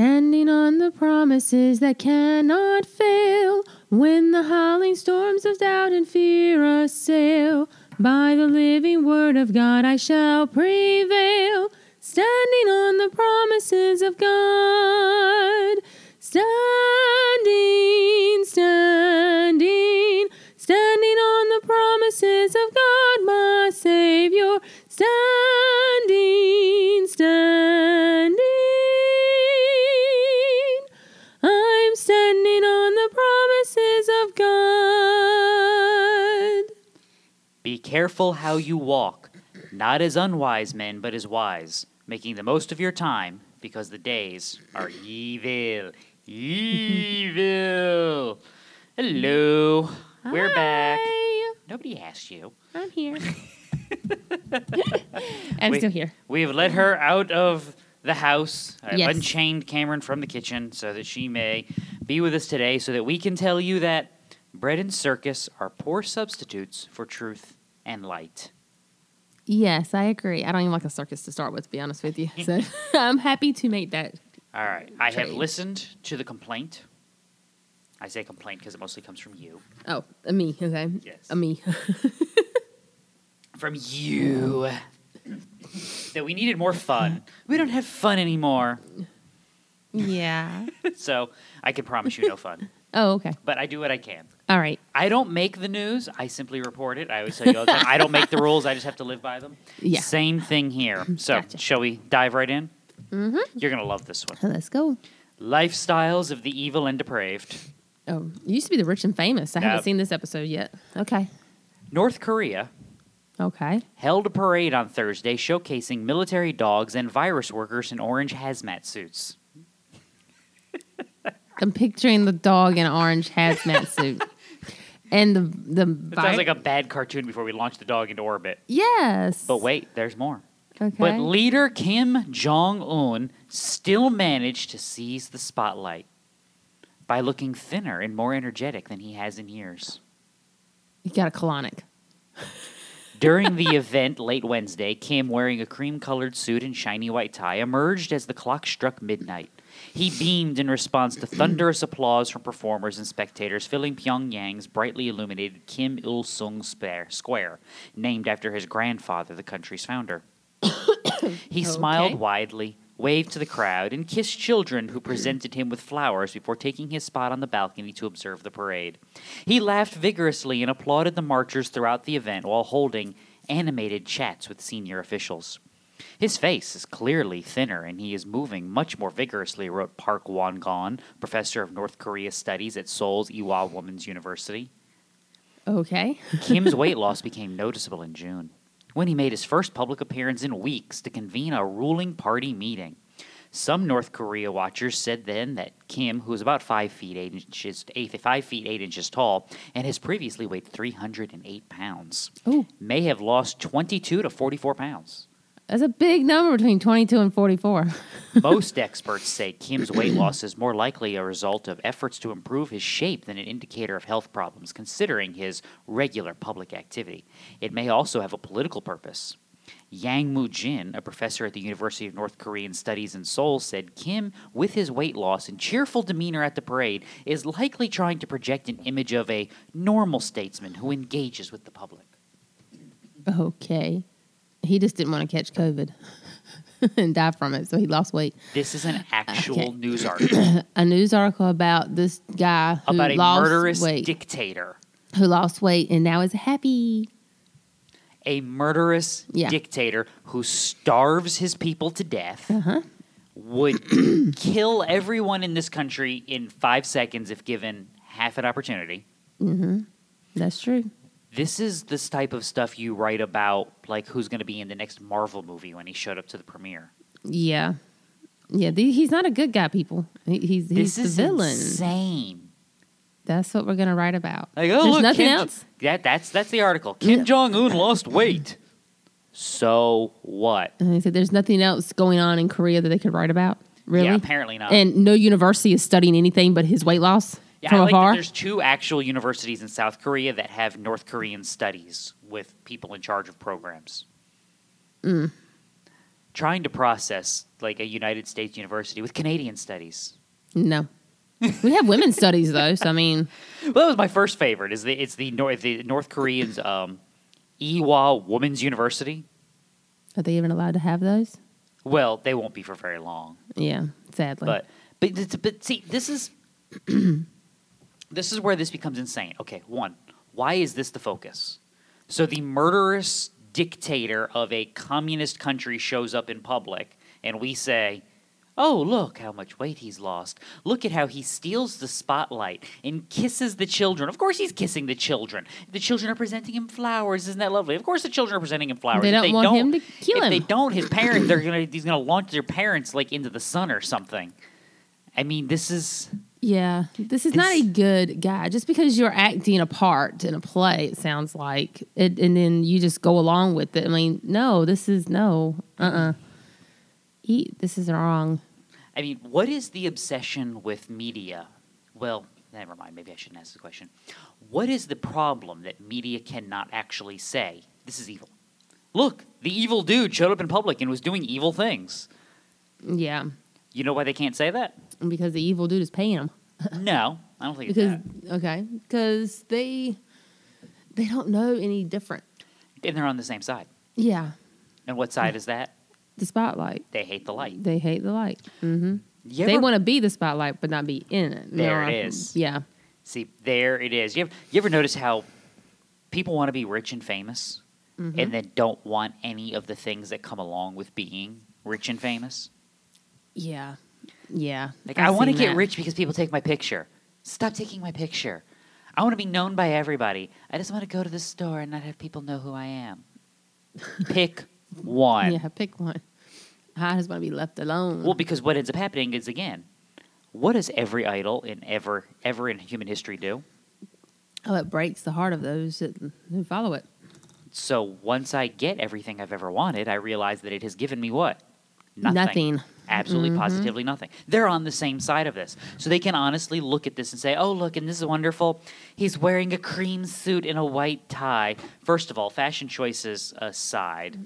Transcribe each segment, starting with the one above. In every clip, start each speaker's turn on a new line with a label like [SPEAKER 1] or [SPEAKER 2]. [SPEAKER 1] Standing on the promises that cannot fail, when the howling storms of doubt and fear assail, by the living word of God I shall prevail. Standing on the promises of God, standing, standing, standing on the promises of God, my Savior, standing, standing. I'm standing on the promises of God.
[SPEAKER 2] Be careful how you walk, not as unwise men, but as wise, making the most of your time, because the days are evil. Evil. Hello. We're back.
[SPEAKER 1] Hi,
[SPEAKER 2] Nobody asked you.
[SPEAKER 1] I'm here. I'm
[SPEAKER 2] Wait.
[SPEAKER 1] still here.
[SPEAKER 2] We have let her out of the house. I've
[SPEAKER 1] Yes.
[SPEAKER 2] unchained Cameron from the kitchen so that she may be with us today so that we can tell you that bread and circus are poor substitutes for truth and light.
[SPEAKER 1] Yes, I agree. I don't even like the circus to start with, to be honest with you. So I'm happy to make that.
[SPEAKER 2] All right. I have
[SPEAKER 1] Trade.
[SPEAKER 2] listened to the complaint. I say complaint because it mostly comes from you.
[SPEAKER 1] Oh, a me, okay?
[SPEAKER 2] Yes.
[SPEAKER 1] A me.
[SPEAKER 2] From you. that we needed more fun. We don't have fun anymore.
[SPEAKER 1] yeah.
[SPEAKER 2] so I can promise you no fun.
[SPEAKER 1] Oh, okay.
[SPEAKER 2] But I do what I can.
[SPEAKER 1] All right.
[SPEAKER 2] I don't make the news. I simply report it. I always tell you all the time. I don't make the rules. I just have to live by them.
[SPEAKER 1] Yeah.
[SPEAKER 2] Same thing here. So,
[SPEAKER 1] Gotcha.
[SPEAKER 2] shall we dive right in? Mm-hmm. You're going to love this one.
[SPEAKER 1] Let's go.
[SPEAKER 2] Lifestyles of the Evil and Depraved.
[SPEAKER 1] Oh, it used to be the rich and famous. I
[SPEAKER 2] Nope.
[SPEAKER 1] haven't seen this episode yet. Okay.
[SPEAKER 2] North Korea
[SPEAKER 1] Okay.
[SPEAKER 2] held a parade on Thursday showcasing military dogs and virus workers in orange hazmat suits.
[SPEAKER 1] I'm picturing the dog in an orange hazmat suit. And the the
[SPEAKER 2] It sounds like a bad cartoon before we launch the dog into orbit.
[SPEAKER 1] yes.
[SPEAKER 2] But wait, there's more.
[SPEAKER 1] Okay.
[SPEAKER 2] But leader Kim Jong un still managed to seize the spotlight by looking thinner and more energetic than he has in years.
[SPEAKER 1] you got a colonic.
[SPEAKER 2] During the event late Wednesday, Kim, wearing a cream colored suit and shiny white tie, emerged as the clock struck midnight. He beamed in response to thunderous applause from performers and spectators, filling Pyongyang's brightly illuminated Kim Il sung Spare- Square, named after his grandfather, the country's founder. he smiled
[SPEAKER 1] Okay.
[SPEAKER 2] widely, waved to the crowd, and kissed children who presented him with flowers before taking his spot on the balcony to observe the parade. He laughed vigorously and applauded the marchers throughout the event while holding animated chats with senior officials. His face is clearly thinner and he is moving much more vigorously, wrote Park Won-gon, professor of North Korea Studies at Seoul's Ewha Women's University.
[SPEAKER 1] Okay.
[SPEAKER 2] Kim's weight loss became noticeable in June when he made his first public appearance in weeks to convene a ruling party meeting. Some North Korea watchers said then that Kim, who is about five feet eight inches, eight, five feet eight inches tall, and has previously weighed 308 pounds,
[SPEAKER 1] Oh,
[SPEAKER 2] may have lost 22 to 44 pounds.
[SPEAKER 1] that's a big number between 22 and 44.
[SPEAKER 2] Most experts say Kim's weight loss is more likely a result of efforts to improve his shape than an indicator of health problems, considering his regular public activity. It may also have a political purpose. Yang Mu Jin, a professor at the University of North Korean Studies in Seoul, said Kim, with his weight loss and cheerful demeanor at the parade, is likely trying to project an image of a normal statesman who engages with the public.
[SPEAKER 1] Okay. He just didn't want to catch COVID and die from it, so he lost weight.
[SPEAKER 2] This is an actual
[SPEAKER 1] Uh, Okay.
[SPEAKER 2] news article
[SPEAKER 1] A news article about this guy who
[SPEAKER 2] about a
[SPEAKER 1] lost
[SPEAKER 2] murderous
[SPEAKER 1] weight,
[SPEAKER 2] dictator.
[SPEAKER 1] who lost weight and now is happy.
[SPEAKER 2] a murderous
[SPEAKER 1] Yeah.
[SPEAKER 2] dictator who starves his people to death
[SPEAKER 1] Uh-huh.
[SPEAKER 2] would kill everyone in this country in five seconds if given half an opportunity.
[SPEAKER 1] That's true.
[SPEAKER 2] This is this type of stuff you write about, like who's going to be in the next Marvel movie when he showed up to the premiere.
[SPEAKER 1] Yeah, yeah. The, he's not a good guy, people. He, he's he's
[SPEAKER 2] This
[SPEAKER 1] the
[SPEAKER 2] is
[SPEAKER 1] villain.
[SPEAKER 2] insane.
[SPEAKER 1] That's what we're gonna write about.
[SPEAKER 2] Like, oh
[SPEAKER 1] There's
[SPEAKER 2] look,
[SPEAKER 1] nothing
[SPEAKER 2] Kim Jo-
[SPEAKER 1] else.
[SPEAKER 2] That, that's that's the article. Kim Jong Un lost weight. So what?
[SPEAKER 1] And they said there's nothing else going on in Korea that they could write about. Really?
[SPEAKER 2] Yeah, apparently not.
[SPEAKER 1] And no university is studying anything but his weight loss
[SPEAKER 2] Yeah,
[SPEAKER 1] from
[SPEAKER 2] I like that
[SPEAKER 1] afar.
[SPEAKER 2] there's two actual universities in South Korea that have North
[SPEAKER 1] Mm.
[SPEAKER 2] Korean studies with people in charge of programs. trying to process like a United States university with Canadian studies.
[SPEAKER 1] No. we have women's studies though, so I mean,
[SPEAKER 2] Well, that was my first favorite. Is the it's the North the North Koreans um, Ewha Women's University.
[SPEAKER 1] are they even allowed to have those?
[SPEAKER 2] Well, they won't be for very long,
[SPEAKER 1] Yeah, sadly.
[SPEAKER 2] but but but, but see, this is this is where this becomes insane. Okay, one, why is this the focus? So the murderous dictator of a communist country shows up in public, and we say. Oh, look how much weight he's lost. Look at how he steals the spotlight and kisses the children. Of course, he's kissing the children. The children are presenting him flowers. Isn't that lovely? Of course, the children are presenting him flowers.
[SPEAKER 1] They
[SPEAKER 2] If
[SPEAKER 1] don't want him to kill
[SPEAKER 2] if
[SPEAKER 1] him.
[SPEAKER 2] they don't, his parents, they're gonna, he's going to launch their parents like into the sun or something. I mean, this is.
[SPEAKER 1] yeah, this is not a
[SPEAKER 2] This-
[SPEAKER 1] good guy. Just because you're acting a part in a play, it sounds like, it, and then you just go along with it. I mean, no, this is no, uh, uh Eat. This is wrong.
[SPEAKER 2] I mean, what is the obsession with media? Well, never mind. Maybe I shouldn't ask the question. What is the problem that media cannot actually say this is evil? Look, the evil dude showed up in public and was doing evil things.
[SPEAKER 1] Yeah,
[SPEAKER 2] You know why they can't say that?
[SPEAKER 1] because the evil dude is paying them.
[SPEAKER 2] No, I don't think it's
[SPEAKER 1] Because
[SPEAKER 2] that.
[SPEAKER 1] okay, because they they don't know any different.
[SPEAKER 2] And they're on the same side.
[SPEAKER 1] Yeah,
[SPEAKER 2] And what side is that?
[SPEAKER 1] the spotlight.
[SPEAKER 2] They hate the light.
[SPEAKER 1] They hate the light. hmm
[SPEAKER 2] You
[SPEAKER 1] they
[SPEAKER 2] ever-
[SPEAKER 1] want to be the spotlight, but not be in it.
[SPEAKER 2] There
[SPEAKER 1] No,
[SPEAKER 2] it
[SPEAKER 1] I-
[SPEAKER 2] is.
[SPEAKER 1] Yeah.
[SPEAKER 2] See, there it is. You ever, you ever notice how people want to be rich and famous
[SPEAKER 1] Mm-hmm.
[SPEAKER 2] and then don't want any of the things that come along with being rich and famous?
[SPEAKER 1] Yeah. Yeah.
[SPEAKER 2] Like,
[SPEAKER 1] I've
[SPEAKER 2] I want to
[SPEAKER 1] seen
[SPEAKER 2] get
[SPEAKER 1] that.
[SPEAKER 2] rich because people take my picture. Stop taking my picture. I want to be known by everybody. I just want to go to the store and not have people know who I am. Pick one.
[SPEAKER 1] Yeah, pick one. I just want to be left alone.
[SPEAKER 2] Well, because what ends up happening is again, what does every idol in ever ever in human history do?
[SPEAKER 1] oh, it breaks the heart of those that, who follow it.
[SPEAKER 2] So once I get everything I've ever wanted, I realize that it has given me what?
[SPEAKER 1] Nothing.
[SPEAKER 2] Absolutely, positively nothing. They're on the same side of this. So they can honestly look at this and say, oh, look, and this is wonderful. He's wearing a cream suit and a white tie. First of all, fashion choices aside,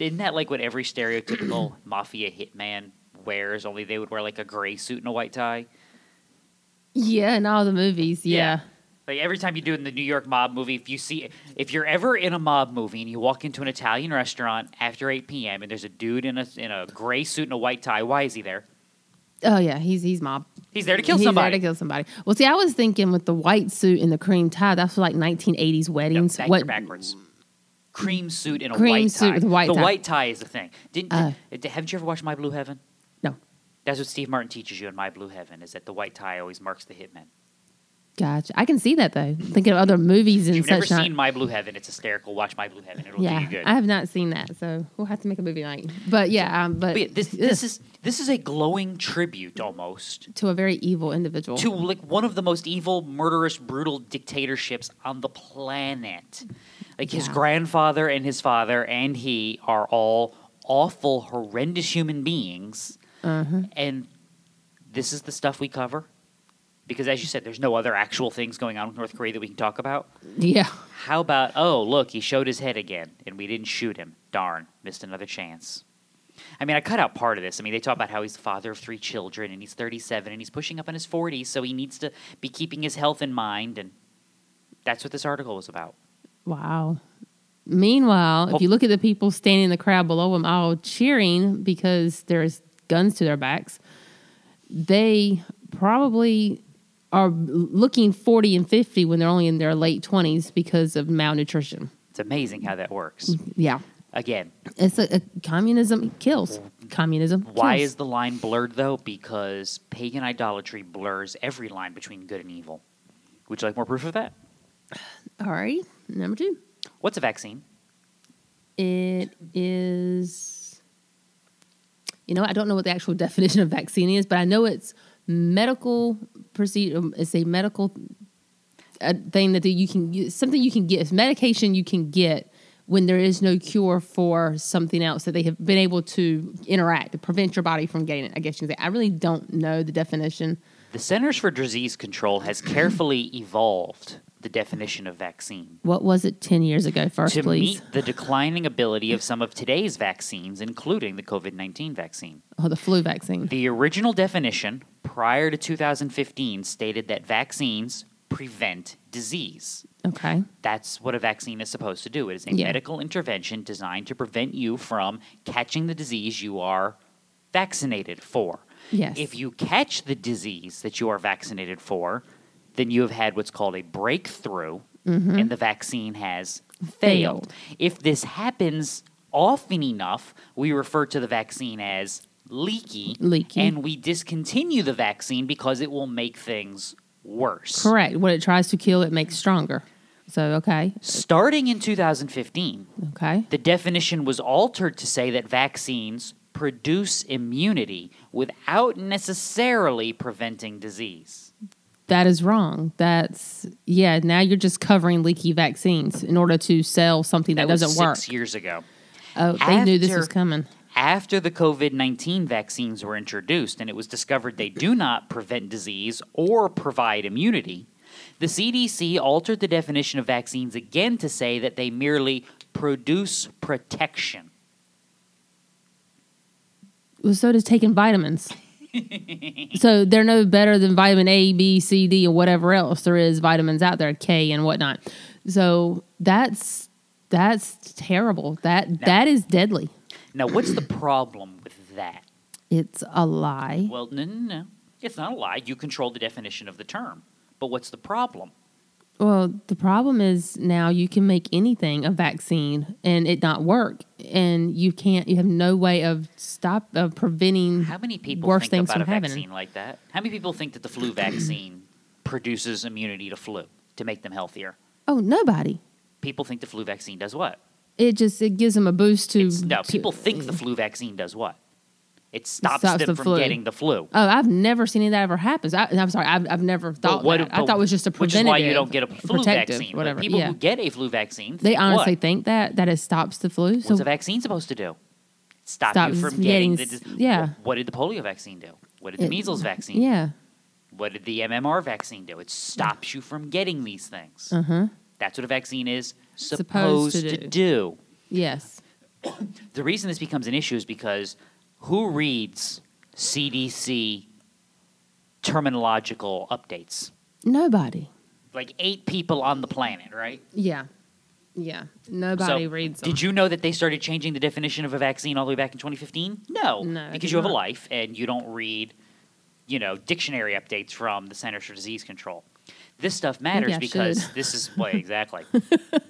[SPEAKER 2] isn't that like what every stereotypical mafia hitman wears? Only they would wear like a gray suit and a white tie.
[SPEAKER 1] Yeah, in all the movies. Yeah.
[SPEAKER 2] Like every time you do it in the New York mob movie, if you see, if you're ever in a mob movie and you walk into an Italian restaurant after 8 p.m. and there's a dude in a in a gray suit and a white tie, why is he there?
[SPEAKER 1] Oh yeah, he's he's mob.
[SPEAKER 2] He's there to kill
[SPEAKER 1] He's there
[SPEAKER 2] somebody.
[SPEAKER 1] to kill somebody. Well, see, I was thinking with the white suit and the cream tie, that's like 1980s
[SPEAKER 2] No,
[SPEAKER 1] weddings.
[SPEAKER 2] back,
[SPEAKER 1] what?
[SPEAKER 2] you're backwards. Mm. Cream suit and a
[SPEAKER 1] Cream
[SPEAKER 2] white
[SPEAKER 1] suit
[SPEAKER 2] tie.
[SPEAKER 1] with a white
[SPEAKER 2] the
[SPEAKER 1] tie.
[SPEAKER 2] white tie is the thing. Didn't
[SPEAKER 1] Uh.
[SPEAKER 2] d- haven't you ever watched My Blue Heaven?
[SPEAKER 1] No,
[SPEAKER 2] That's what Steve Martin teaches you in My Blue Heaven is that the white tie always marks the hitman.
[SPEAKER 1] gotcha. I can see that though. Thinking of other movies and
[SPEAKER 2] If you've never
[SPEAKER 1] such. not-
[SPEAKER 2] seen My Blue Heaven, it's hysterical. Watch My Blue Heaven; it'll do
[SPEAKER 1] yeah,
[SPEAKER 2] you good.
[SPEAKER 1] I have not seen that, so we'll have to make a movie night. But yeah, um, but,
[SPEAKER 2] But yeah, this this is this is a glowing tribute almost
[SPEAKER 1] to a very evil individual.
[SPEAKER 2] to like one of the most evil, murderous, brutal dictatorships on the planet. Like his
[SPEAKER 1] Yeah.
[SPEAKER 2] grandfather and his father and he are all awful, horrendous human beings,
[SPEAKER 1] Mm-hmm.
[SPEAKER 2] and this is the stuff we cover. Because as you said, there's no other actual things going on with North Korea that we can talk about.
[SPEAKER 1] yeah,
[SPEAKER 2] How about oh look, he showed his head again, and we didn't shoot him. Darn, missed another chance. I mean, I cut out part of this. I mean, they talk about how he's the father of three children, and he's 37, and he's pushing up on his 40s, so he needs to be keeping his health in mind, and that's what this article was about.
[SPEAKER 1] wow. Meanwhile,
[SPEAKER 2] Oh.
[SPEAKER 1] if you look at the people standing in the crowd below him, all cheering because there's guns to their backs, they probably are looking 40 and 50 when they're only in their late 20s because of malnutrition.
[SPEAKER 2] It's amazing how that works.
[SPEAKER 1] Yeah.
[SPEAKER 2] Again,
[SPEAKER 1] It's a, a communism kills. Communism.
[SPEAKER 2] why
[SPEAKER 1] kills.
[SPEAKER 2] is the line blurred though? Because pagan idolatry blurs every line between good and evil. Would you like more proof of that?
[SPEAKER 1] All right. Number two.
[SPEAKER 2] What's a vaccine?
[SPEAKER 1] It is, you know, I don't know what the actual definition of vaccine is, but I know it's medical procedure. It's a medical uh, thing that you can it's something you can get. It's medication you can get when there is no cure for something else that they have been able to interact to prevent your body from getting it. I guess you can say. I really don't know the definition.
[SPEAKER 2] The Centers for Disease Control has carefully evolved the definition of vaccine.
[SPEAKER 1] What was it 10 years ago first,
[SPEAKER 2] to
[SPEAKER 1] please?
[SPEAKER 2] meet the declining ability of some of today's vaccines, including the COVID 19 vaccine.
[SPEAKER 1] oh, the flu vaccine.
[SPEAKER 2] The original definition prior to 2015 stated that vaccines prevent disease.
[SPEAKER 1] Okay.
[SPEAKER 2] That's what a vaccine is supposed to do. It is a
[SPEAKER 1] Yeah.
[SPEAKER 2] medical intervention designed to prevent you from catching the disease you are vaccinated for.
[SPEAKER 1] Yes.
[SPEAKER 2] If you catch the disease that you are vaccinated for, then you have had what's called a breakthrough, and the vaccine has failed.
[SPEAKER 1] Mm-hmm. Failed.
[SPEAKER 2] If this happens often enough, we refer to the vaccine as leaky,
[SPEAKER 1] Leaky.
[SPEAKER 2] and we discontinue the vaccine because it will make things worse.
[SPEAKER 1] Correct. What it tries to kill, it makes stronger. So, okay.
[SPEAKER 2] Starting in 2015,
[SPEAKER 1] Okay.
[SPEAKER 2] the definition was altered to say that vaccines produce immunity without necessarily preventing disease.
[SPEAKER 1] That is wrong. That's, yeah, now you're just covering leaky vaccines in order to sell something that,
[SPEAKER 2] was
[SPEAKER 1] doesn't work.
[SPEAKER 2] six years ago.
[SPEAKER 1] Oh, they knew this
[SPEAKER 2] After-
[SPEAKER 1] was coming.
[SPEAKER 2] After the COVID 19 vaccines were introduced and it was discovered they do not prevent disease or provide immunity, the CDC altered the definition of vaccines again to say that they merely produce protection.
[SPEAKER 1] Well, so does taking vitamins. so they're no better than vitamin A, B, C, D, and whatever else there is vitamins out there, K and whatnot. So that's that's terrible. That that is deadly.
[SPEAKER 2] Now, what's the problem with that?
[SPEAKER 1] It's a lie.
[SPEAKER 2] Well, no, no, no. It's not a lie. You control the definition of the term. But what's the problem?
[SPEAKER 1] Well, the problem is now you can make anything a vaccine and it not work, and you can't. You have no way of stop of preventing.
[SPEAKER 2] How many people
[SPEAKER 1] worse
[SPEAKER 2] think
[SPEAKER 1] things
[SPEAKER 2] about
[SPEAKER 1] from
[SPEAKER 2] a
[SPEAKER 1] happening.
[SPEAKER 2] vaccine like that? How many people think that the flu vaccine produces immunity to flu to make them healthier?
[SPEAKER 1] Oh, nobody.
[SPEAKER 2] People think the flu vaccine does what?
[SPEAKER 1] It just it gives them a boost to.
[SPEAKER 2] It's, no,
[SPEAKER 1] to-
[SPEAKER 2] people think the flu vaccine does what? It
[SPEAKER 1] Mm.
[SPEAKER 2] stops,
[SPEAKER 1] stops
[SPEAKER 2] them
[SPEAKER 1] the
[SPEAKER 2] from
[SPEAKER 1] flu.
[SPEAKER 2] getting the flu.
[SPEAKER 1] Oh, I've never seen any of that ever happens. I, I'm sorry, I've, I've never thought
[SPEAKER 2] But what-
[SPEAKER 1] that. I
[SPEAKER 2] but-
[SPEAKER 1] thought it was just a
[SPEAKER 2] which is
[SPEAKER 1] preventative.
[SPEAKER 2] why you don't get a flu
[SPEAKER 1] protective,
[SPEAKER 2] vaccine. But
[SPEAKER 1] Whatever.
[SPEAKER 2] people
[SPEAKER 1] yeah.
[SPEAKER 2] who get a flu vaccine,
[SPEAKER 1] they
[SPEAKER 2] think what?
[SPEAKER 1] honestly think that that it stops the flu.
[SPEAKER 2] What's
[SPEAKER 1] so
[SPEAKER 2] a vaccine supposed to do? Stop
[SPEAKER 1] Stops
[SPEAKER 2] you from
[SPEAKER 1] getting
[SPEAKER 2] getting, the
[SPEAKER 1] s-
[SPEAKER 2] dis-
[SPEAKER 1] yeah.
[SPEAKER 2] What, what did the polio vaccine do? What did the
[SPEAKER 1] It-
[SPEAKER 2] measles vaccine? do?
[SPEAKER 1] yeah,
[SPEAKER 2] What did the MMR vaccine do? It stops you from getting these things.
[SPEAKER 1] uh-huh.
[SPEAKER 2] That's what a vaccine is supposed,
[SPEAKER 1] Supposed to
[SPEAKER 2] to, do.
[SPEAKER 1] do. yes,
[SPEAKER 2] The reason this becomes an issue is because who reads CDC terminological updates?
[SPEAKER 1] nobody.
[SPEAKER 2] Like eight people on the planet, right?
[SPEAKER 1] Yeah, yeah, nobody
[SPEAKER 2] So,
[SPEAKER 1] reads. Them.
[SPEAKER 2] Did you know that they started changing the definition of a vaccine all the way back in 2015? No,
[SPEAKER 1] No, I
[SPEAKER 2] because
[SPEAKER 1] did
[SPEAKER 2] you have a
[SPEAKER 1] not.
[SPEAKER 2] life and you don't read, you know, dictionary updates from the Centers for Disease Control. This stuff matters
[SPEAKER 1] I
[SPEAKER 2] because
[SPEAKER 1] should.
[SPEAKER 2] this is well, exactly.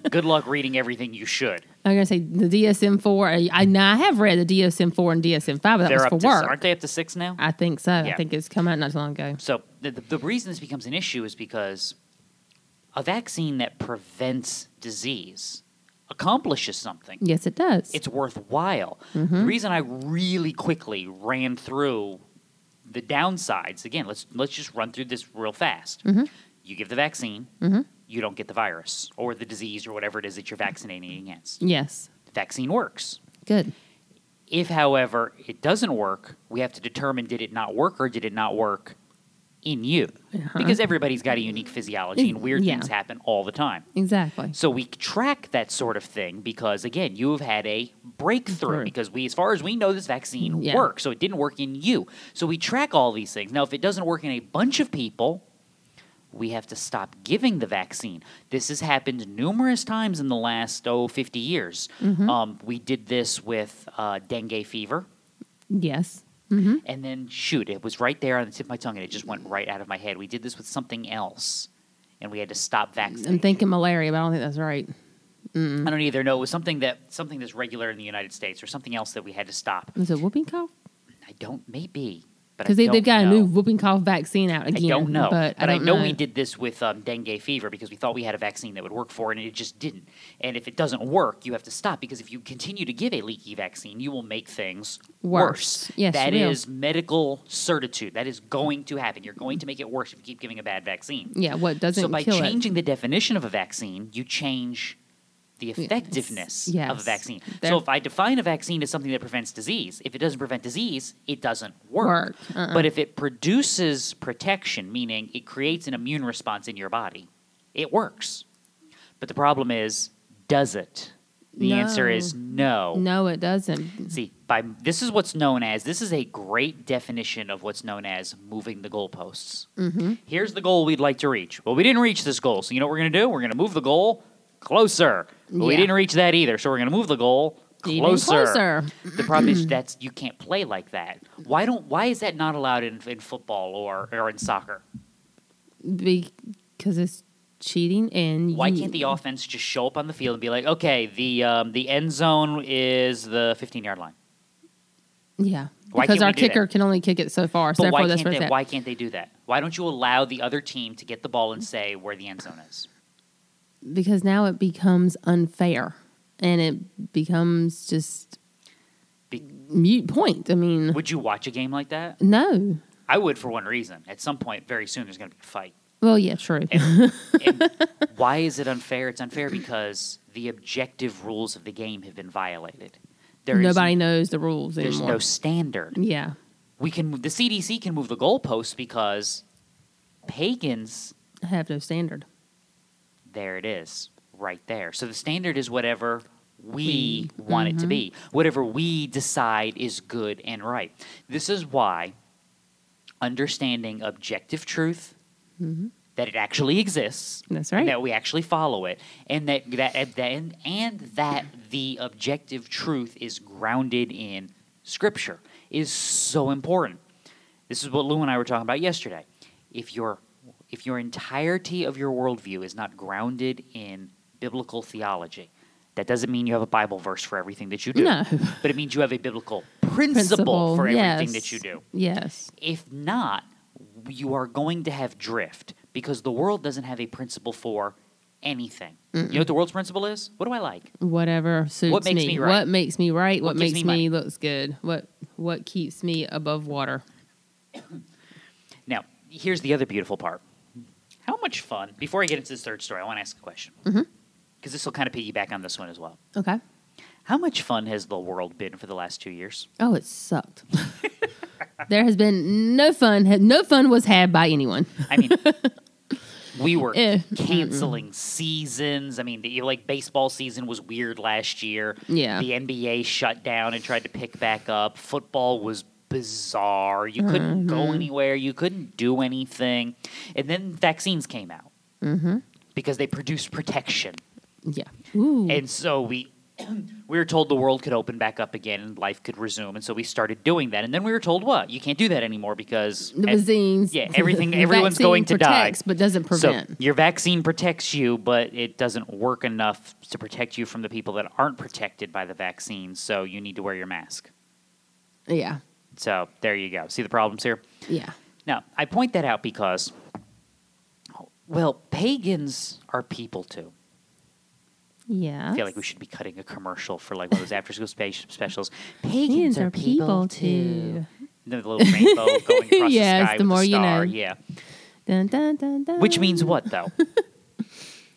[SPEAKER 2] Good luck reading everything you should.
[SPEAKER 1] I'm gonna say the DSM four. I, I now I have read the DSM four and DSM five, but that
[SPEAKER 2] They're
[SPEAKER 1] was
[SPEAKER 2] up
[SPEAKER 1] for
[SPEAKER 2] to,
[SPEAKER 1] work.
[SPEAKER 2] aren't they up to six now?
[SPEAKER 1] I think so.
[SPEAKER 2] Yeah.
[SPEAKER 1] I think it's come out not too long ago.
[SPEAKER 2] So the, the, the reason this becomes an issue is because a vaccine that prevents disease accomplishes something.
[SPEAKER 1] Yes, it does.
[SPEAKER 2] It's worthwhile. The reason I really quickly ran through the downsides again. Let's let's just run through this real fast. You give the vaccine, you don't get the virus or the disease or whatever it is that you're vaccinating against.
[SPEAKER 1] yes,
[SPEAKER 2] The vaccine works.
[SPEAKER 1] good.
[SPEAKER 2] If, however, it doesn't work, we have to determine did it not work or did it not work in you? Because everybody's got a unique physiology and weird
[SPEAKER 1] Yeah.
[SPEAKER 2] things happen all the time.
[SPEAKER 1] Exactly.
[SPEAKER 2] So we track that sort of thing because, again, you have had a breakthrough
[SPEAKER 1] Breakthrough.
[SPEAKER 2] because we, as far as we know, this vaccine
[SPEAKER 1] Yeah.
[SPEAKER 2] works. So it didn't work in you. So we track all these things. Now, if it doesn't work in a bunch of people, we have to stop giving the vaccine. This has happened numerous times in the last, oh, 50 years. Um, we did this with uh, dengue fever.
[SPEAKER 1] Yes.
[SPEAKER 2] And then, shoot, it was right there on the tip of my tongue and it just went right out of my head. We did this with something else and we had to stop vaccinating.
[SPEAKER 1] I'm thinking malaria, but I don't think that's right.
[SPEAKER 2] I don't either. No, it was something that something that's regular in the United States or something else that we had to stop.
[SPEAKER 1] Is it whooping cough?
[SPEAKER 2] I don't maybe, but I
[SPEAKER 1] Because they, they've
[SPEAKER 2] don't
[SPEAKER 1] got
[SPEAKER 2] know.
[SPEAKER 1] a new whooping cough vaccine out again.
[SPEAKER 2] I don't know,
[SPEAKER 1] But, I, don't
[SPEAKER 2] I know, we did this with um, dengue fever because we thought we had a vaccine that would work for it, and it just didn't. And if it doesn't work, you have to stop because if you continue to give a leaky vaccine, you will make things worse.
[SPEAKER 1] Worse. Yes,
[SPEAKER 2] that
[SPEAKER 1] you will.
[SPEAKER 2] is medical certitude. That is going to happen. You're going to make it worse if you keep giving a bad vaccine.
[SPEAKER 1] Yeah, what doesn't
[SPEAKER 2] so by
[SPEAKER 1] kill
[SPEAKER 2] changing the definition of a vaccine, you change the effectiveness of a
[SPEAKER 1] Yes.
[SPEAKER 2] vaccine. so
[SPEAKER 1] There-
[SPEAKER 2] if I define a vaccine as something that prevents disease, if it doesn't prevent disease, it doesn't work.
[SPEAKER 1] Work, uh-uh.
[SPEAKER 2] But if it produces protection, meaning it creates an immune response in your body, It works. But the problem is, does it? The answer is no.
[SPEAKER 1] No, it doesn't.
[SPEAKER 2] See, by this is what's known as this is a great definition of what's known as moving the goalposts. Mm-hmm. Here's the goal we'd like to reach. Well, we didn't reach this goal, so you know what we're going to do? We're going to move the goal closer. But we
[SPEAKER 1] Yeah.
[SPEAKER 2] didn't reach that either, so we're going to move the goal
[SPEAKER 1] Even
[SPEAKER 2] closer.
[SPEAKER 1] closer.
[SPEAKER 2] The problem is that's you can't play like that. Why don't? Why is that not allowed in, in football or or in soccer?
[SPEAKER 1] Because it's cheating and
[SPEAKER 2] Why
[SPEAKER 1] you-
[SPEAKER 2] can't the offense just show up on the field and be like, okay, the um, the end zone is the 15 yard line?
[SPEAKER 1] Yeah.
[SPEAKER 2] Why
[SPEAKER 1] because
[SPEAKER 2] can't
[SPEAKER 1] our
[SPEAKER 2] we do that?
[SPEAKER 1] kicker can only kick it so far. So
[SPEAKER 2] But why
[SPEAKER 1] therefore, that's
[SPEAKER 2] can't,
[SPEAKER 1] where it's
[SPEAKER 2] they,
[SPEAKER 1] at.
[SPEAKER 2] why can't they do that? Why don't you allow the other team to get the ball and say where the end zone is?
[SPEAKER 1] Because now it becomes unfair and it becomes just
[SPEAKER 2] Be-
[SPEAKER 1] mute point. I mean,
[SPEAKER 2] Would you watch a game like that?
[SPEAKER 1] no.
[SPEAKER 2] I would for one reason. At some point, very soon, there's going to be a fight.
[SPEAKER 1] Well, yeah, true.
[SPEAKER 2] And, and why is it unfair? It's unfair because the objective rules of the game have been violated. There is-
[SPEAKER 1] Nobody knows the rules
[SPEAKER 2] There's
[SPEAKER 1] anymore.
[SPEAKER 2] no standard.
[SPEAKER 1] yeah.
[SPEAKER 2] We can. The CDC can move the goalposts because pagans
[SPEAKER 1] I have no standard.
[SPEAKER 2] there it is right there so the standard is whatever we want it to be whatever we decide is good and right this is why understanding objective truth that it actually exists
[SPEAKER 1] That's
[SPEAKER 2] and
[SPEAKER 1] right.
[SPEAKER 2] that we actually follow it and that that and then- and that the objective truth is grounded in scripture is so important this is what Lou and I were talking about yesterday. If your if your entirety of your worldview is not grounded in biblical theology, that doesn't mean you have a Bible verse for everything that you do.
[SPEAKER 1] No.
[SPEAKER 2] But it means you have a biblical principle, for everything that
[SPEAKER 1] yes.
[SPEAKER 2] you do.
[SPEAKER 1] Yes.
[SPEAKER 2] If not, you are going to have drift because the world doesn't have a principle for anything. You know what the world's principle is? What do I like?
[SPEAKER 1] Whatever suits
[SPEAKER 2] makes me right?
[SPEAKER 1] What makes me right? What,
[SPEAKER 2] What gives
[SPEAKER 1] makes
[SPEAKER 2] me
[SPEAKER 1] me,
[SPEAKER 2] money?
[SPEAKER 1] looks good? What what keeps me above water?
[SPEAKER 2] Now, here's the other beautiful part. How much fun, before I get into this third story, I want to ask a question. Because this will kind of piggyback on this one as well.
[SPEAKER 1] Okay.
[SPEAKER 2] How much fun has the world been for the last two years?
[SPEAKER 1] Oh, it sucked. there has been no fun. No fun was had by anyone.
[SPEAKER 2] I mean, we were
[SPEAKER 1] Eh,
[SPEAKER 2] canceling seasons. I mean, the, like baseball season was weird last year.
[SPEAKER 1] Yeah.
[SPEAKER 2] The NBA shut down and tried to pick back up. Football was bizarre. You couldn't
[SPEAKER 1] Mm-hmm.
[SPEAKER 2] go anywhere, you couldn't do anything. And then vaccines came out
[SPEAKER 1] Mm-hmm.
[SPEAKER 2] because they produced protection.
[SPEAKER 1] Yeah. Ooh.
[SPEAKER 2] And so we we were told the world could open back up again and life could resume. And so we started doing that. And then we were told what? You can't do that anymore because
[SPEAKER 1] the
[SPEAKER 2] and-
[SPEAKER 1] vaccines.
[SPEAKER 2] E-, yeah, everything-
[SPEAKER 1] the
[SPEAKER 2] everyone's going
[SPEAKER 1] vaccine
[SPEAKER 2] to die.
[SPEAKER 1] protects, but doesn't prevent.
[SPEAKER 2] So your vaccine protects you, but it doesn't work enough to protect you from the people that aren't protected by the vaccine. So you need to wear your mask.
[SPEAKER 1] yeah,
[SPEAKER 2] So there you go. See the problems here?
[SPEAKER 1] yeah,
[SPEAKER 2] Now, I point that out because, well, pagans are people too.
[SPEAKER 1] yeah.
[SPEAKER 2] I feel like we should be cutting a commercial for like one of those after school spe- specials. Pagans are, people, too. The little rainbow going across
[SPEAKER 1] Yes,
[SPEAKER 2] the sky
[SPEAKER 1] the
[SPEAKER 2] with
[SPEAKER 1] more
[SPEAKER 2] a
[SPEAKER 1] you know.
[SPEAKER 2] star. Yeah.
[SPEAKER 1] Dun, dun, dun, dun.
[SPEAKER 2] Which means what though?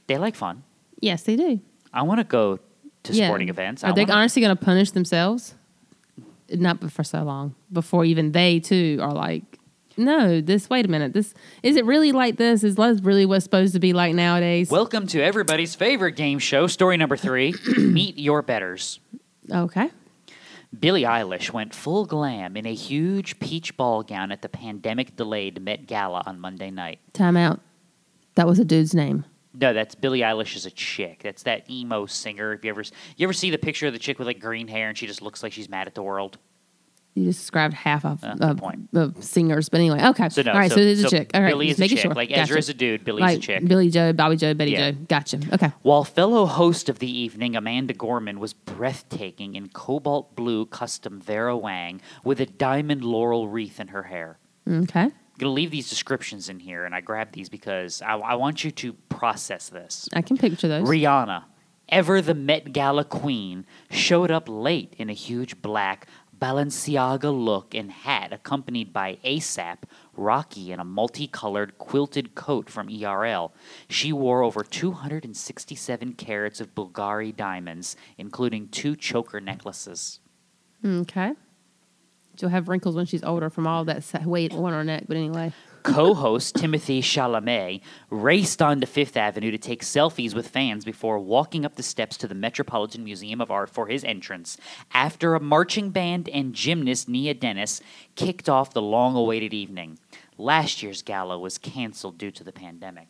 [SPEAKER 2] they like fun.
[SPEAKER 1] yes, they do.
[SPEAKER 2] I want to go to
[SPEAKER 1] Yeah.
[SPEAKER 2] sporting events. I
[SPEAKER 1] Are they
[SPEAKER 2] wanna-
[SPEAKER 1] honestly going to punish themselves? Not be- for so long. Before even they too are like, no, this. Wait a minute. This is it. Really like this? Is that's really what's supposed to be like nowadays?
[SPEAKER 2] Welcome to everybody's favorite game show, story number three Meet Your Betters.
[SPEAKER 1] okay.
[SPEAKER 2] Billie Eilish went full glam in a huge peach ball gown at the pandemic delayed Met Gala on Monday night.
[SPEAKER 1] Time out. That was a dude's name.
[SPEAKER 2] No, that's Billie Eilish is a chick. That's that emo singer. If you ever you ever see the picture of the chick with like green hair and she just looks like she's mad at the world.
[SPEAKER 1] You described half of
[SPEAKER 2] Uh, good
[SPEAKER 1] of,
[SPEAKER 2] point.
[SPEAKER 1] of singers, but anyway, okay.
[SPEAKER 2] So no,
[SPEAKER 1] All right, so, there's a chick. All right,
[SPEAKER 2] Billie
[SPEAKER 1] just
[SPEAKER 2] is a
[SPEAKER 1] making
[SPEAKER 2] chick.
[SPEAKER 1] sure.
[SPEAKER 2] Like
[SPEAKER 1] Gotcha.
[SPEAKER 2] Ezra's a dude. Billie's
[SPEAKER 1] like
[SPEAKER 2] a chick.
[SPEAKER 1] Billy Joe, Bobby Joe, Betty
[SPEAKER 2] Yeah.
[SPEAKER 1] Joe. Gotcha. Okay.
[SPEAKER 2] While fellow host of the evening, Amanda Gorman was breathtaking in cobalt blue custom Vera Wang with a diamond laurel wreath in her hair.
[SPEAKER 1] Okay.
[SPEAKER 2] I'm going to leave these descriptions in here, and I grabbed these because I, I want you to process this.
[SPEAKER 1] I can picture those.
[SPEAKER 2] Rihanna, ever the Met Gala queen, showed up late in a huge black Balenciaga look and hat, accompanied by ASAP, Rocky, in a multicolored quilted coat from ERL. She wore over 267 carats of Bulgari diamonds, including two choker necklaces.
[SPEAKER 1] okay. She'll have wrinkles when she's older from all that sa- weight on her neck, but anyway.
[SPEAKER 2] co host Timothy Chalamet raced onto Fifth Avenue to take selfies with fans before walking up the steps to the Metropolitan Museum of Art for his entrance after a marching band and gymnast Nia Dennis kicked off the long awaited evening. Last year's gala was canceled due to the pandemic.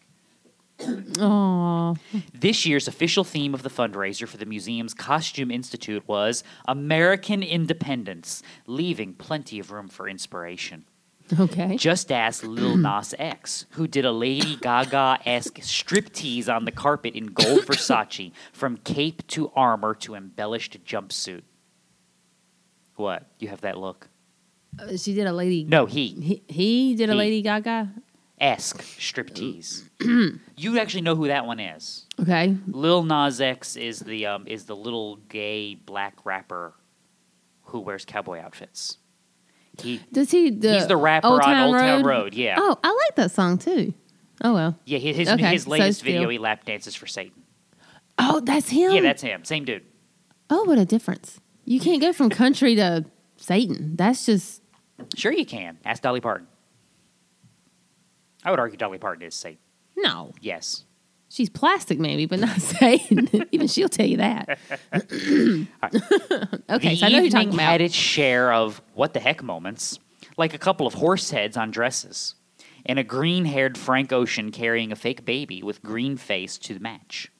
[SPEAKER 1] Aw.
[SPEAKER 2] This year's official theme of the fundraiser for the museum's Costume Institute was American Independence, leaving plenty of room for inspiration.
[SPEAKER 1] Okay.
[SPEAKER 2] Just ask Lil Nas X, who did a Lady Gaga esque striptease on the carpet in gold Versace, from cape to armor to embellished jumpsuit. What? You have that look?
[SPEAKER 1] Uh, she did a lady.
[SPEAKER 2] No, he.
[SPEAKER 1] He, he did a
[SPEAKER 2] He.
[SPEAKER 1] Lady Gaga.
[SPEAKER 2] Esque striptease. you actually know who that one is.
[SPEAKER 1] Okay.
[SPEAKER 2] Lil Nas X is the um, is the little gay black rapper who wears cowboy outfits. He
[SPEAKER 1] Does he? The
[SPEAKER 2] he's the rapper
[SPEAKER 1] Old
[SPEAKER 2] on
[SPEAKER 1] Town
[SPEAKER 2] Old
[SPEAKER 1] Road?
[SPEAKER 2] Town Road. Yeah,
[SPEAKER 1] Oh, I like that song too. Oh well.
[SPEAKER 2] yeah. His his,
[SPEAKER 1] Okay,
[SPEAKER 2] his
[SPEAKER 1] so
[SPEAKER 2] latest
[SPEAKER 1] still-
[SPEAKER 2] video, he lap dances for Satan.
[SPEAKER 1] Oh, that's him.
[SPEAKER 2] Yeah, that's him. Same dude.
[SPEAKER 1] Oh, what a difference! You can't go from country to Satan. That's just
[SPEAKER 2] Sure, you can. Ask Dolly Parton. I would argue Dolly Parton is Satan.
[SPEAKER 1] no.
[SPEAKER 2] Yes.
[SPEAKER 1] She's plastic, maybe, but not Satan. Even she'll tell you that. okay,
[SPEAKER 2] the
[SPEAKER 1] so I know who you're talking
[SPEAKER 2] evening
[SPEAKER 1] about.
[SPEAKER 2] had its share of what the heck moments, like a couple of horse heads on dresses, and a green-haired Frank Ocean carrying a fake baby with green face to match.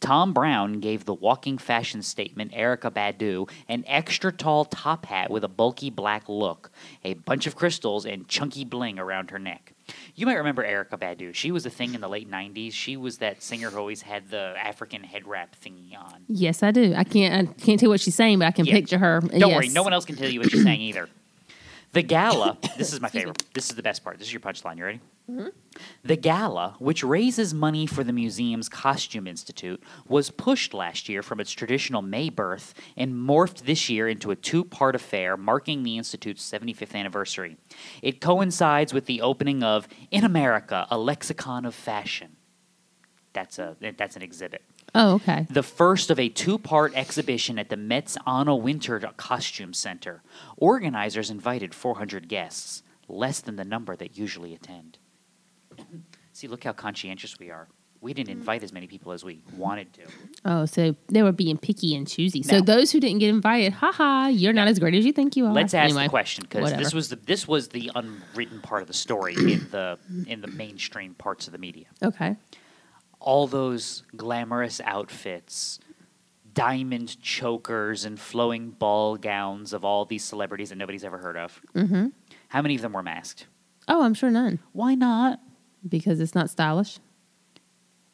[SPEAKER 2] Tom Brown gave the walking fashion statement Erica Badu an extra tall top hat with a bulky black look, a bunch of crystals, and chunky bling around her neck. You might remember Erica Badu. She was a thing in the late 90s. She was that singer who always had the African head wrap thingy on.
[SPEAKER 1] Yes, I do. I can't. I can't tell what she's saying, but I can
[SPEAKER 2] Yeah.
[SPEAKER 1] picture her.
[SPEAKER 2] Don't worry, no one else can tell you what you're saying either. The gala, this is my favorite. This is the best part. This is your punchline. You ready? The gala, which raises money for the museum's Costume Institute, was pushed last year from its traditional May birth and morphed this year into a two part affair marking the Institute's 75th anniversary. It coincides with the opening of In America, a Lexicon of Fashion. That's, a, that's an exhibit
[SPEAKER 1] Oh, okay.
[SPEAKER 2] the first of a two part exhibition at the Met's Anna Winter Costume Center. Organizers invited 400 guests, less than the number that usually attend. See, look how conscientious we are. We didn't
[SPEAKER 1] Mm.
[SPEAKER 2] invite as many people as we wanted to.
[SPEAKER 1] Oh, so they were being picky and choosy. So
[SPEAKER 2] No.
[SPEAKER 1] those who didn't get invited, haha, you're not as great as you think you are.
[SPEAKER 2] Let's ask
[SPEAKER 1] Anyway,
[SPEAKER 2] the question because this
[SPEAKER 1] whatever.
[SPEAKER 2] was the this was the unwritten part of the story in the in the mainstream parts of the media.
[SPEAKER 1] Okay.
[SPEAKER 2] all those glamorous outfits, diamond chokers, and flowing ball gowns of all these celebrities that nobody's ever heard of.
[SPEAKER 1] Mm-hmm.
[SPEAKER 2] How many of them were masked?
[SPEAKER 1] Oh, I'm sure none
[SPEAKER 2] Why not?
[SPEAKER 1] because it's not stylish.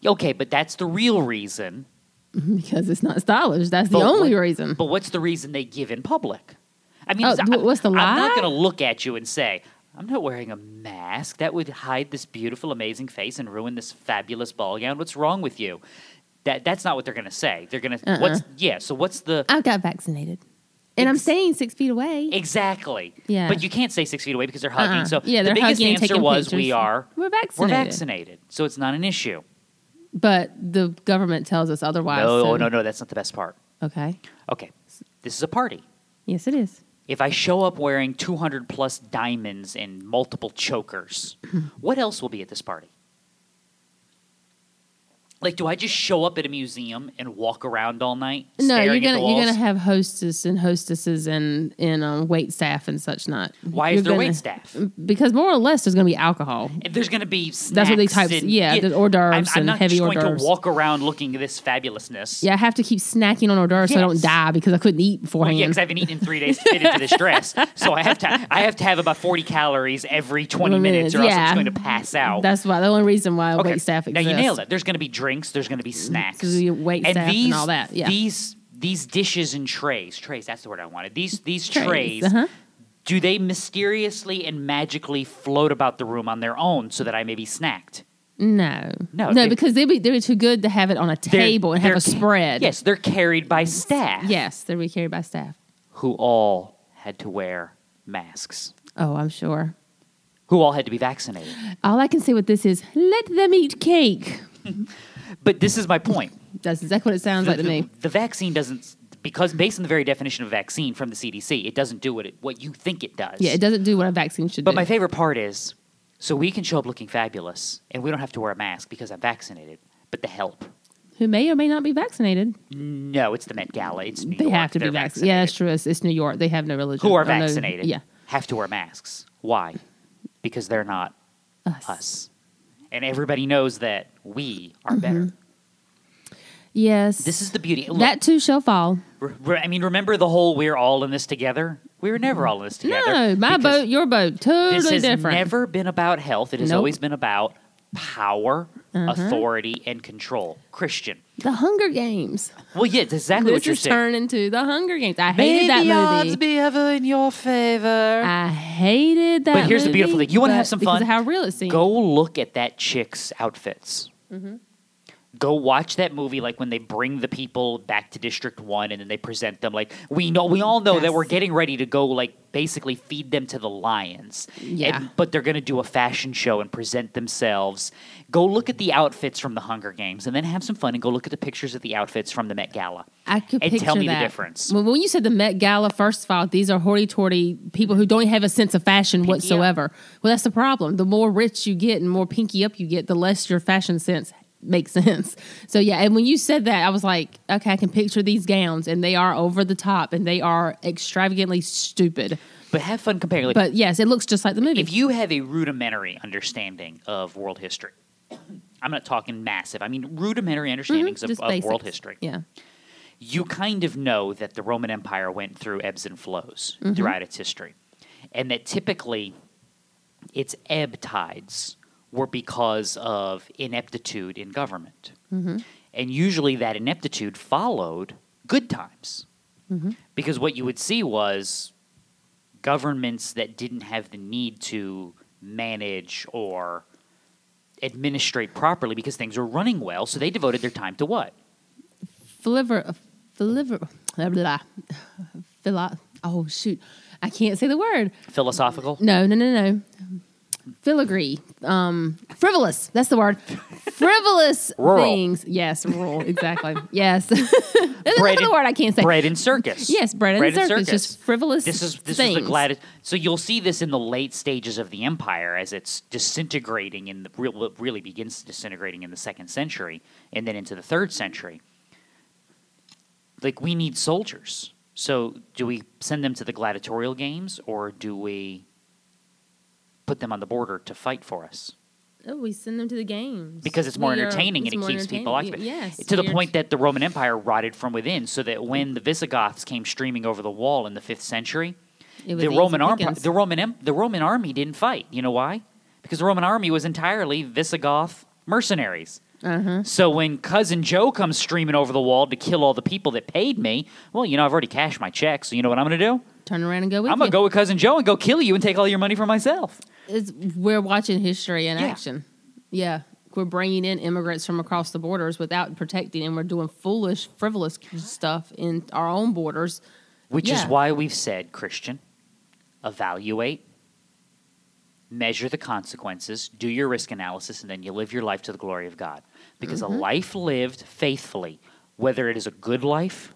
[SPEAKER 2] Okay, but that's the real reason.
[SPEAKER 1] Because it's not stylish. That's the
[SPEAKER 2] But
[SPEAKER 1] only
[SPEAKER 2] what-
[SPEAKER 1] reason.
[SPEAKER 2] But what's the reason they give in public? I mean,
[SPEAKER 1] Oh,
[SPEAKER 2] it's-
[SPEAKER 1] wh- what's the
[SPEAKER 2] I'm
[SPEAKER 1] lie?
[SPEAKER 2] not going to look at you and say, I'm not wearing a mask. That would hide this beautiful, amazing face and ruin this fabulous ball gown. What's wrong with you? That, that's not what they're going to say. They're going to,
[SPEAKER 1] Uh-uh.
[SPEAKER 2] what's, yeah, so what's the,
[SPEAKER 1] I got vaccinated, and I'm
[SPEAKER 2] Ex-
[SPEAKER 1] staying six feet away.
[SPEAKER 2] Exactly.
[SPEAKER 1] Yeah.
[SPEAKER 2] But you can't stay six feet away because they're hugging.
[SPEAKER 1] Uh-uh.
[SPEAKER 2] So
[SPEAKER 1] Yeah,
[SPEAKER 2] the
[SPEAKER 1] they're
[SPEAKER 2] biggest
[SPEAKER 1] hugging and
[SPEAKER 2] answer
[SPEAKER 1] taking
[SPEAKER 2] was
[SPEAKER 1] pictures.
[SPEAKER 2] we are
[SPEAKER 1] We're
[SPEAKER 2] we're
[SPEAKER 1] vaccinated.
[SPEAKER 2] vaccinated. So it's not an issue.
[SPEAKER 1] But the government tells us otherwise.
[SPEAKER 2] no,
[SPEAKER 1] so-
[SPEAKER 2] no, no, that's not the best part.
[SPEAKER 1] Okay.
[SPEAKER 2] Okay. This is a party.
[SPEAKER 1] Yes, it is.
[SPEAKER 2] If I show up wearing 200 plus diamonds and multiple chokers, what else will be at this party? Like, do I just show up at a museum and walk around all night?
[SPEAKER 1] No,
[SPEAKER 2] staring
[SPEAKER 1] you're
[SPEAKER 2] at
[SPEAKER 1] gonna
[SPEAKER 2] the
[SPEAKER 1] you're
[SPEAKER 2] walls?
[SPEAKER 1] gonna have hostess and hostesses and and um, wait staff and such not.
[SPEAKER 2] Why
[SPEAKER 1] You're
[SPEAKER 2] is there
[SPEAKER 1] gonna-
[SPEAKER 2] wait staff?
[SPEAKER 1] Because more or less, there's gonna be alcohol.
[SPEAKER 2] And there's going to be snacks
[SPEAKER 1] That's what they types-
[SPEAKER 2] and-
[SPEAKER 1] yeah, the hors d'oeuvres
[SPEAKER 2] I'm, I'm
[SPEAKER 1] and
[SPEAKER 2] not
[SPEAKER 1] heavy
[SPEAKER 2] just
[SPEAKER 1] hors
[SPEAKER 2] going
[SPEAKER 1] d'oeuvres.
[SPEAKER 2] to walk around looking at this fabulousness.
[SPEAKER 1] Yeah, I have to keep snacking on hors d'oeuvres so I don't
[SPEAKER 2] Yes.
[SPEAKER 1] die because I couldn't eat
[SPEAKER 2] Well,
[SPEAKER 1] beforehand.
[SPEAKER 2] yeah, because I haven't eaten in three days to fit into this dress, so I have to I have to have about forty calories every twenty
[SPEAKER 1] Well,
[SPEAKER 2] minutes, or else
[SPEAKER 1] yeah.
[SPEAKER 2] I'm just going to pass out.
[SPEAKER 1] That's why the only reason why
[SPEAKER 2] okay.
[SPEAKER 1] wait staff
[SPEAKER 2] now
[SPEAKER 1] exists. Mm,
[SPEAKER 2] you nailed it. There's going to be drinks. There's going to be snacks.
[SPEAKER 1] Because you wait
[SPEAKER 2] and
[SPEAKER 1] staff
[SPEAKER 2] these,
[SPEAKER 1] and all that. Yeah.
[SPEAKER 2] These these dishes and trays trays. That's the word I wanted. These these trays.
[SPEAKER 1] Trays, uh-huh.
[SPEAKER 2] Do they mysteriously and magically float about the room on their own so that I may be snacked?
[SPEAKER 1] No,
[SPEAKER 2] No,
[SPEAKER 1] no,
[SPEAKER 2] they-
[SPEAKER 1] because they'd be they're too good to have it on a
[SPEAKER 2] They're-
[SPEAKER 1] table and have
[SPEAKER 2] they're
[SPEAKER 1] a
[SPEAKER 2] ca-
[SPEAKER 1] spread.
[SPEAKER 2] Yes, they're carried by staff.
[SPEAKER 1] yes, they'd be carried by staff.
[SPEAKER 2] Who all had to wear masks.
[SPEAKER 1] Oh, I'm sure.
[SPEAKER 2] Who all had to be vaccinated.
[SPEAKER 1] All I can say with this is let them eat cake.
[SPEAKER 2] But this is my point.
[SPEAKER 1] That's exactly what it sounds like to
[SPEAKER 2] the,
[SPEAKER 1] me.
[SPEAKER 2] the vaccine doesn't because based on the very definition of vaccine from the CDC, it doesn't do what it, what you think it does.
[SPEAKER 1] Yeah, it doesn't do what a vaccine should
[SPEAKER 2] But
[SPEAKER 1] do.
[SPEAKER 2] my favorite part is So we can show up looking fabulous and we don't have to wear a mask because I'm vaccinated. But the help.
[SPEAKER 1] who may or may not be vaccinated.
[SPEAKER 2] No, it's the Met Gala. It's New
[SPEAKER 1] they
[SPEAKER 2] York.
[SPEAKER 1] have to be
[SPEAKER 2] They're
[SPEAKER 1] vaccinated. Yeah, that's true. It's, it's New York. They have no religion.
[SPEAKER 2] Who are
[SPEAKER 1] or no-
[SPEAKER 2] vaccinated
[SPEAKER 1] yeah.
[SPEAKER 2] have to wear masks. Why? Because they're not
[SPEAKER 1] Us.
[SPEAKER 2] us. And everybody knows that we
[SPEAKER 1] Mm-hmm.
[SPEAKER 2] are better.
[SPEAKER 1] Yes.
[SPEAKER 2] This is the beauty. Look,
[SPEAKER 1] that too shall fall.
[SPEAKER 2] re- re- I mean, remember the whole we're all in this together? We were never all in this together.
[SPEAKER 1] Mm-hmm. no, my
[SPEAKER 2] because
[SPEAKER 1] boat, your boat, totally
[SPEAKER 2] This has
[SPEAKER 1] different.
[SPEAKER 2] never been about health. It has
[SPEAKER 1] Nope. Uh-huh.
[SPEAKER 2] always been about power, authority, and control. Christian.
[SPEAKER 1] the Hunger Games.
[SPEAKER 2] Well, yeah, that's exactly
[SPEAKER 1] This
[SPEAKER 2] what you're
[SPEAKER 1] is
[SPEAKER 2] saying.
[SPEAKER 1] turning to the Hunger Games. I
[SPEAKER 2] Maybe
[SPEAKER 1] hated that
[SPEAKER 2] odds
[SPEAKER 1] movie.
[SPEAKER 2] be ever in your favor.
[SPEAKER 1] I hated that.
[SPEAKER 2] But here's the beautiful
[SPEAKER 1] movie,
[SPEAKER 2] thing. You wanna have
[SPEAKER 1] but
[SPEAKER 2] some
[SPEAKER 1] because
[SPEAKER 2] fun?
[SPEAKER 1] of How real it seemed.
[SPEAKER 2] Go look at that chick's outfits.
[SPEAKER 1] Mm-hmm.
[SPEAKER 2] Go watch that movie, like when they bring the people back to District One, and then they present them. Like we know, we all know that
[SPEAKER 1] Yes.
[SPEAKER 2] we're getting ready to go, like basically feed them to the lions.
[SPEAKER 1] Yeah.
[SPEAKER 2] And- but they're gonna do a fashion show and present themselves. Go look at the outfits from the Hunger Games, and then have some fun, and go look at the pictures of the outfits from the Met Gala.
[SPEAKER 1] I could
[SPEAKER 2] and
[SPEAKER 1] picture
[SPEAKER 2] tell me the
[SPEAKER 1] that.
[SPEAKER 2] difference.
[SPEAKER 1] Well, when you said the Met Gala, first of all, these are hoity-toity people who don't have a sense of fashion whatsoever. Well, that's the problem. The more rich you get and more pinky up you get, the less your fashion sense makes sense. So yeah, and when you said that, I was like, okay, I can picture these gowns, and they are over the top, and they are extravagantly stupid.
[SPEAKER 2] But have fun comparing. Like,
[SPEAKER 1] But yes, it looks just like the movie.
[SPEAKER 2] if you have a rudimentary understanding of world history, I'm not talking massive. I mean rudimentary understandings
[SPEAKER 1] Mm-hmm, just
[SPEAKER 2] of, of world
[SPEAKER 1] basics.
[SPEAKER 2] history.
[SPEAKER 1] yeah,
[SPEAKER 2] You kind of know that the Roman Empire went through ebbs and flows throughout its history, and that typically its ebb tides were because of ineptitude in government, and usually that ineptitude followed good times, because what you would see was governments that didn't have the need to manage or administrate properly because things were running well, so they devoted their time to what?
[SPEAKER 1] Fliver, fliver, blah, blah, blah. Oh shoot, I can't say the word.
[SPEAKER 2] Philosophical?
[SPEAKER 1] No, no, no, no. Filigree, um, frivolous. That's the word. Frivolous
[SPEAKER 2] Rural.
[SPEAKER 1] things. Yes, rural. Exactly. yes. That's
[SPEAKER 2] Bread
[SPEAKER 1] another
[SPEAKER 2] and-
[SPEAKER 1] word I can't say.
[SPEAKER 2] Bread and circus.
[SPEAKER 1] Yes, bread and circus, just frivolous
[SPEAKER 2] This is this
[SPEAKER 1] things.
[SPEAKER 2] is the glad. So you'll see this in the late stages of the empire as it's disintegrating in the real what really begins disintegrating in the second century and then into the third century. Like we need soldiers. So do we send them to the gladiatorial games or do we put them on the border to fight for us?
[SPEAKER 1] Oh, we send them to the games
[SPEAKER 2] because it's more
[SPEAKER 1] We are-
[SPEAKER 2] entertaining
[SPEAKER 1] it's
[SPEAKER 2] and it
[SPEAKER 1] more
[SPEAKER 2] keeps people
[SPEAKER 1] entertaining.
[SPEAKER 2] occupied.
[SPEAKER 1] Y- Yes.
[SPEAKER 2] to the
[SPEAKER 1] we are-
[SPEAKER 2] point that the Roman Empire rotted from within, so that when the Visigoths came streaming over the wall in the fifth century,
[SPEAKER 1] it was
[SPEAKER 2] the
[SPEAKER 1] easy
[SPEAKER 2] Roman army,
[SPEAKER 1] pickings.
[SPEAKER 2] the Roman em- the Roman army didn't fight. You know why? Because the Roman army was entirely Visigoth mercenaries.
[SPEAKER 1] Uh-huh.
[SPEAKER 2] So when cousin Joe comes streaming over the wall to kill all the people that paid me, well, you know I've already cashed my check, so you know what I'm going to do?
[SPEAKER 1] Turn around and go with
[SPEAKER 2] I'm going
[SPEAKER 1] you.
[SPEAKER 2] to go with cousin Joe and go kill you and take all your money for myself.
[SPEAKER 1] It's, we're watching history in
[SPEAKER 2] Yeah.
[SPEAKER 1] action. Yeah. We're bringing in immigrants from across the borders without protecting, and we're doing foolish, frivolous stuff in our own borders.
[SPEAKER 2] Which is
[SPEAKER 1] Yeah.
[SPEAKER 2] why we've said, Christian, evaluate, measure the consequences, do your risk analysis, and then you live your life to the glory of God. Because a life lived faithfully, whether it is a good life,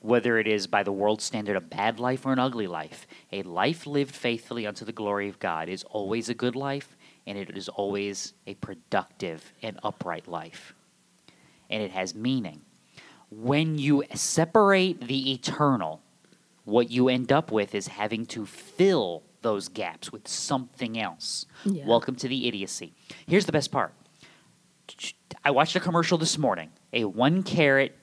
[SPEAKER 2] whether it is by the world's standard a bad life or an ugly life, a life lived faithfully unto the glory of God is always a good life, and it is always a productive and upright life. And it has meaning. When you separate the eternal what you end up with is having to fill those gaps with something else.
[SPEAKER 1] Yeah.
[SPEAKER 2] Welcome to the idiocy. Here's the best part. I watched a commercial this morning. A one carat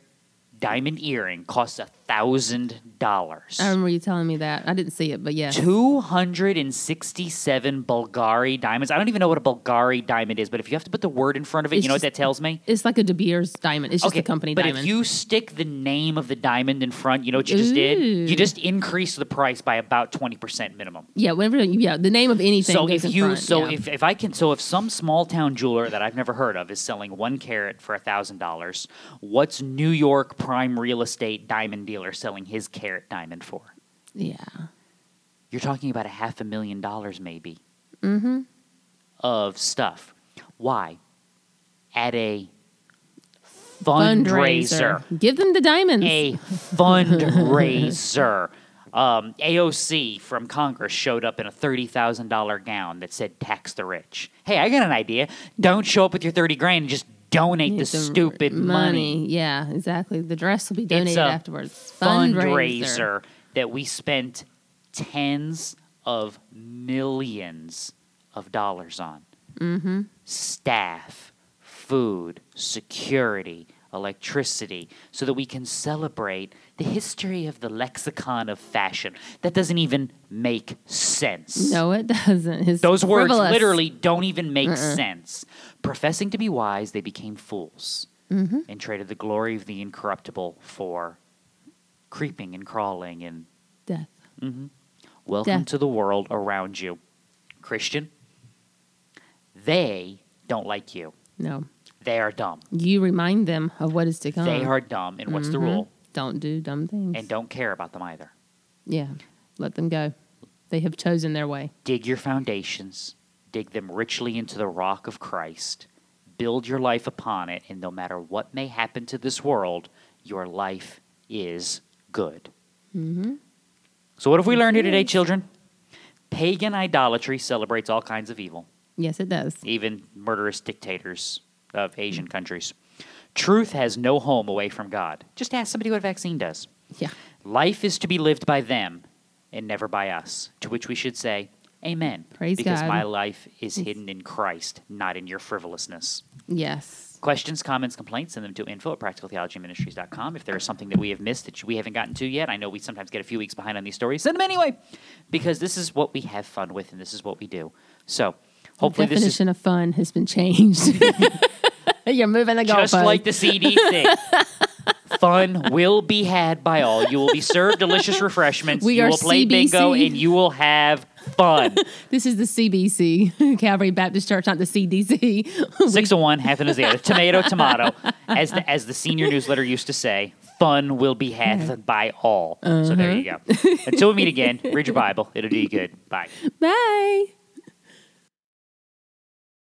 [SPEAKER 2] diamond earring costs a thousand dollars.
[SPEAKER 1] I remember you telling me that. I didn't see it, but Oh, yeah.
[SPEAKER 2] 267 Bulgari diamonds. I don't even know what a Bulgari diamond is, but if you have to put the word in front of it,
[SPEAKER 1] It's
[SPEAKER 2] you know
[SPEAKER 1] just-
[SPEAKER 2] what that tells me?
[SPEAKER 1] It's like a De Beers diamond. It's just a company
[SPEAKER 2] but
[SPEAKER 1] diamond.
[SPEAKER 2] if you stick the name of the diamond in front, you know what you just did? You
[SPEAKER 1] Ooh.
[SPEAKER 2] just increase the price by about 20% minimum.
[SPEAKER 1] yeah, whenever yeah, the name of anything.
[SPEAKER 2] So
[SPEAKER 1] goes
[SPEAKER 2] if
[SPEAKER 1] in
[SPEAKER 2] you
[SPEAKER 1] front,
[SPEAKER 2] so
[SPEAKER 1] yeah.
[SPEAKER 2] if, if I can so if some small town jeweler that I've never heard of is selling one carat for a thousand dollars, what's New York prime real estate diamond dealer selling his carat diamond for?
[SPEAKER 1] yeah,
[SPEAKER 2] You're talking about a half a million dollars maybe
[SPEAKER 1] Mm-hmm.
[SPEAKER 2] of stuff. Why? At a fundraiser.
[SPEAKER 1] give them the diamonds.
[SPEAKER 2] a fundraiser. Um, AOC from Congress showed up in a $30,000 gown that said tax the rich. Hey, I got an idea. Don't show up with your 30 grand and just donate the, stupid money.
[SPEAKER 1] Yeah, exactly. The dress will be donated
[SPEAKER 2] a
[SPEAKER 1] afterwards.
[SPEAKER 2] fundraiser that we spent tens of millions of dollars on.
[SPEAKER 1] Mhm.
[SPEAKER 2] Staff, food, security, electricity, so that we can celebrate the history of the lexicon of fashion. That doesn't even make sense.
[SPEAKER 1] No, it doesn't. It's
[SPEAKER 2] Those words
[SPEAKER 1] frivolous.
[SPEAKER 2] literally don't even make sense. Professing to be wise, they became fools
[SPEAKER 1] Mm-hmm.
[SPEAKER 2] and traded the glory of the incorruptible for creeping and crawling and
[SPEAKER 1] death.
[SPEAKER 2] welcome
[SPEAKER 1] Death.
[SPEAKER 2] to the world around you. Christian, they don't like you.
[SPEAKER 1] No,
[SPEAKER 2] They are dumb.
[SPEAKER 1] you remind them of what is to come.
[SPEAKER 2] They are dumb. And what's the
[SPEAKER 1] Mhm.
[SPEAKER 2] rule?
[SPEAKER 1] Don't do dumb things.
[SPEAKER 2] And don't care about them either.
[SPEAKER 1] yeah, let them go. They have chosen their way.
[SPEAKER 2] dig your foundations, dig them richly into the rock of Christ, build your life upon it, and no matter what may happen to this world, your life is good.
[SPEAKER 1] Mm-hmm.
[SPEAKER 2] So, what have we learned here
[SPEAKER 1] It
[SPEAKER 2] today,
[SPEAKER 1] is.
[SPEAKER 2] children? Pagan idolatry celebrates all kinds of evil,
[SPEAKER 1] Yes, it does.
[SPEAKER 2] even murderous dictators of Asian countries. Truth has no home away from God. Just ask somebody what a vaccine does.
[SPEAKER 1] Yeah.
[SPEAKER 2] Life is to be lived by them and never by us. To which we should say, Amen.
[SPEAKER 1] Praise
[SPEAKER 2] because
[SPEAKER 1] God.
[SPEAKER 2] my life is hidden in Christ, not in your frivolousness.
[SPEAKER 1] Yes.
[SPEAKER 2] Questions, comments, complaints, send them to info at practicaltheologyministries.com. If there is something that we have missed that we haven't gotten to yet, I know we sometimes get a few weeks behind on these stories, send them anyway, because this is what we have fun with and this is what we do. So hopefully
[SPEAKER 1] the
[SPEAKER 2] this is
[SPEAKER 1] definition of fun has been changed. You're moving the
[SPEAKER 2] just
[SPEAKER 1] goalpost.
[SPEAKER 2] like the CD thing. Fun will be had by all. You will be served delicious refreshments.
[SPEAKER 1] We
[SPEAKER 2] you
[SPEAKER 1] are
[SPEAKER 2] will play bingo
[SPEAKER 1] CBC.
[SPEAKER 2] and you will have fun.
[SPEAKER 1] This is the CBC, Calvary Baptist Church, not the CDC.
[SPEAKER 2] Six of one, half of the other. Tomato, tomato. As the, as the senior newsletter used to say, fun will be had by
[SPEAKER 1] Uh-huh.
[SPEAKER 2] all. So there you go. Until we meet again, read your Bible. It'll do you good. Bye.
[SPEAKER 1] Bye.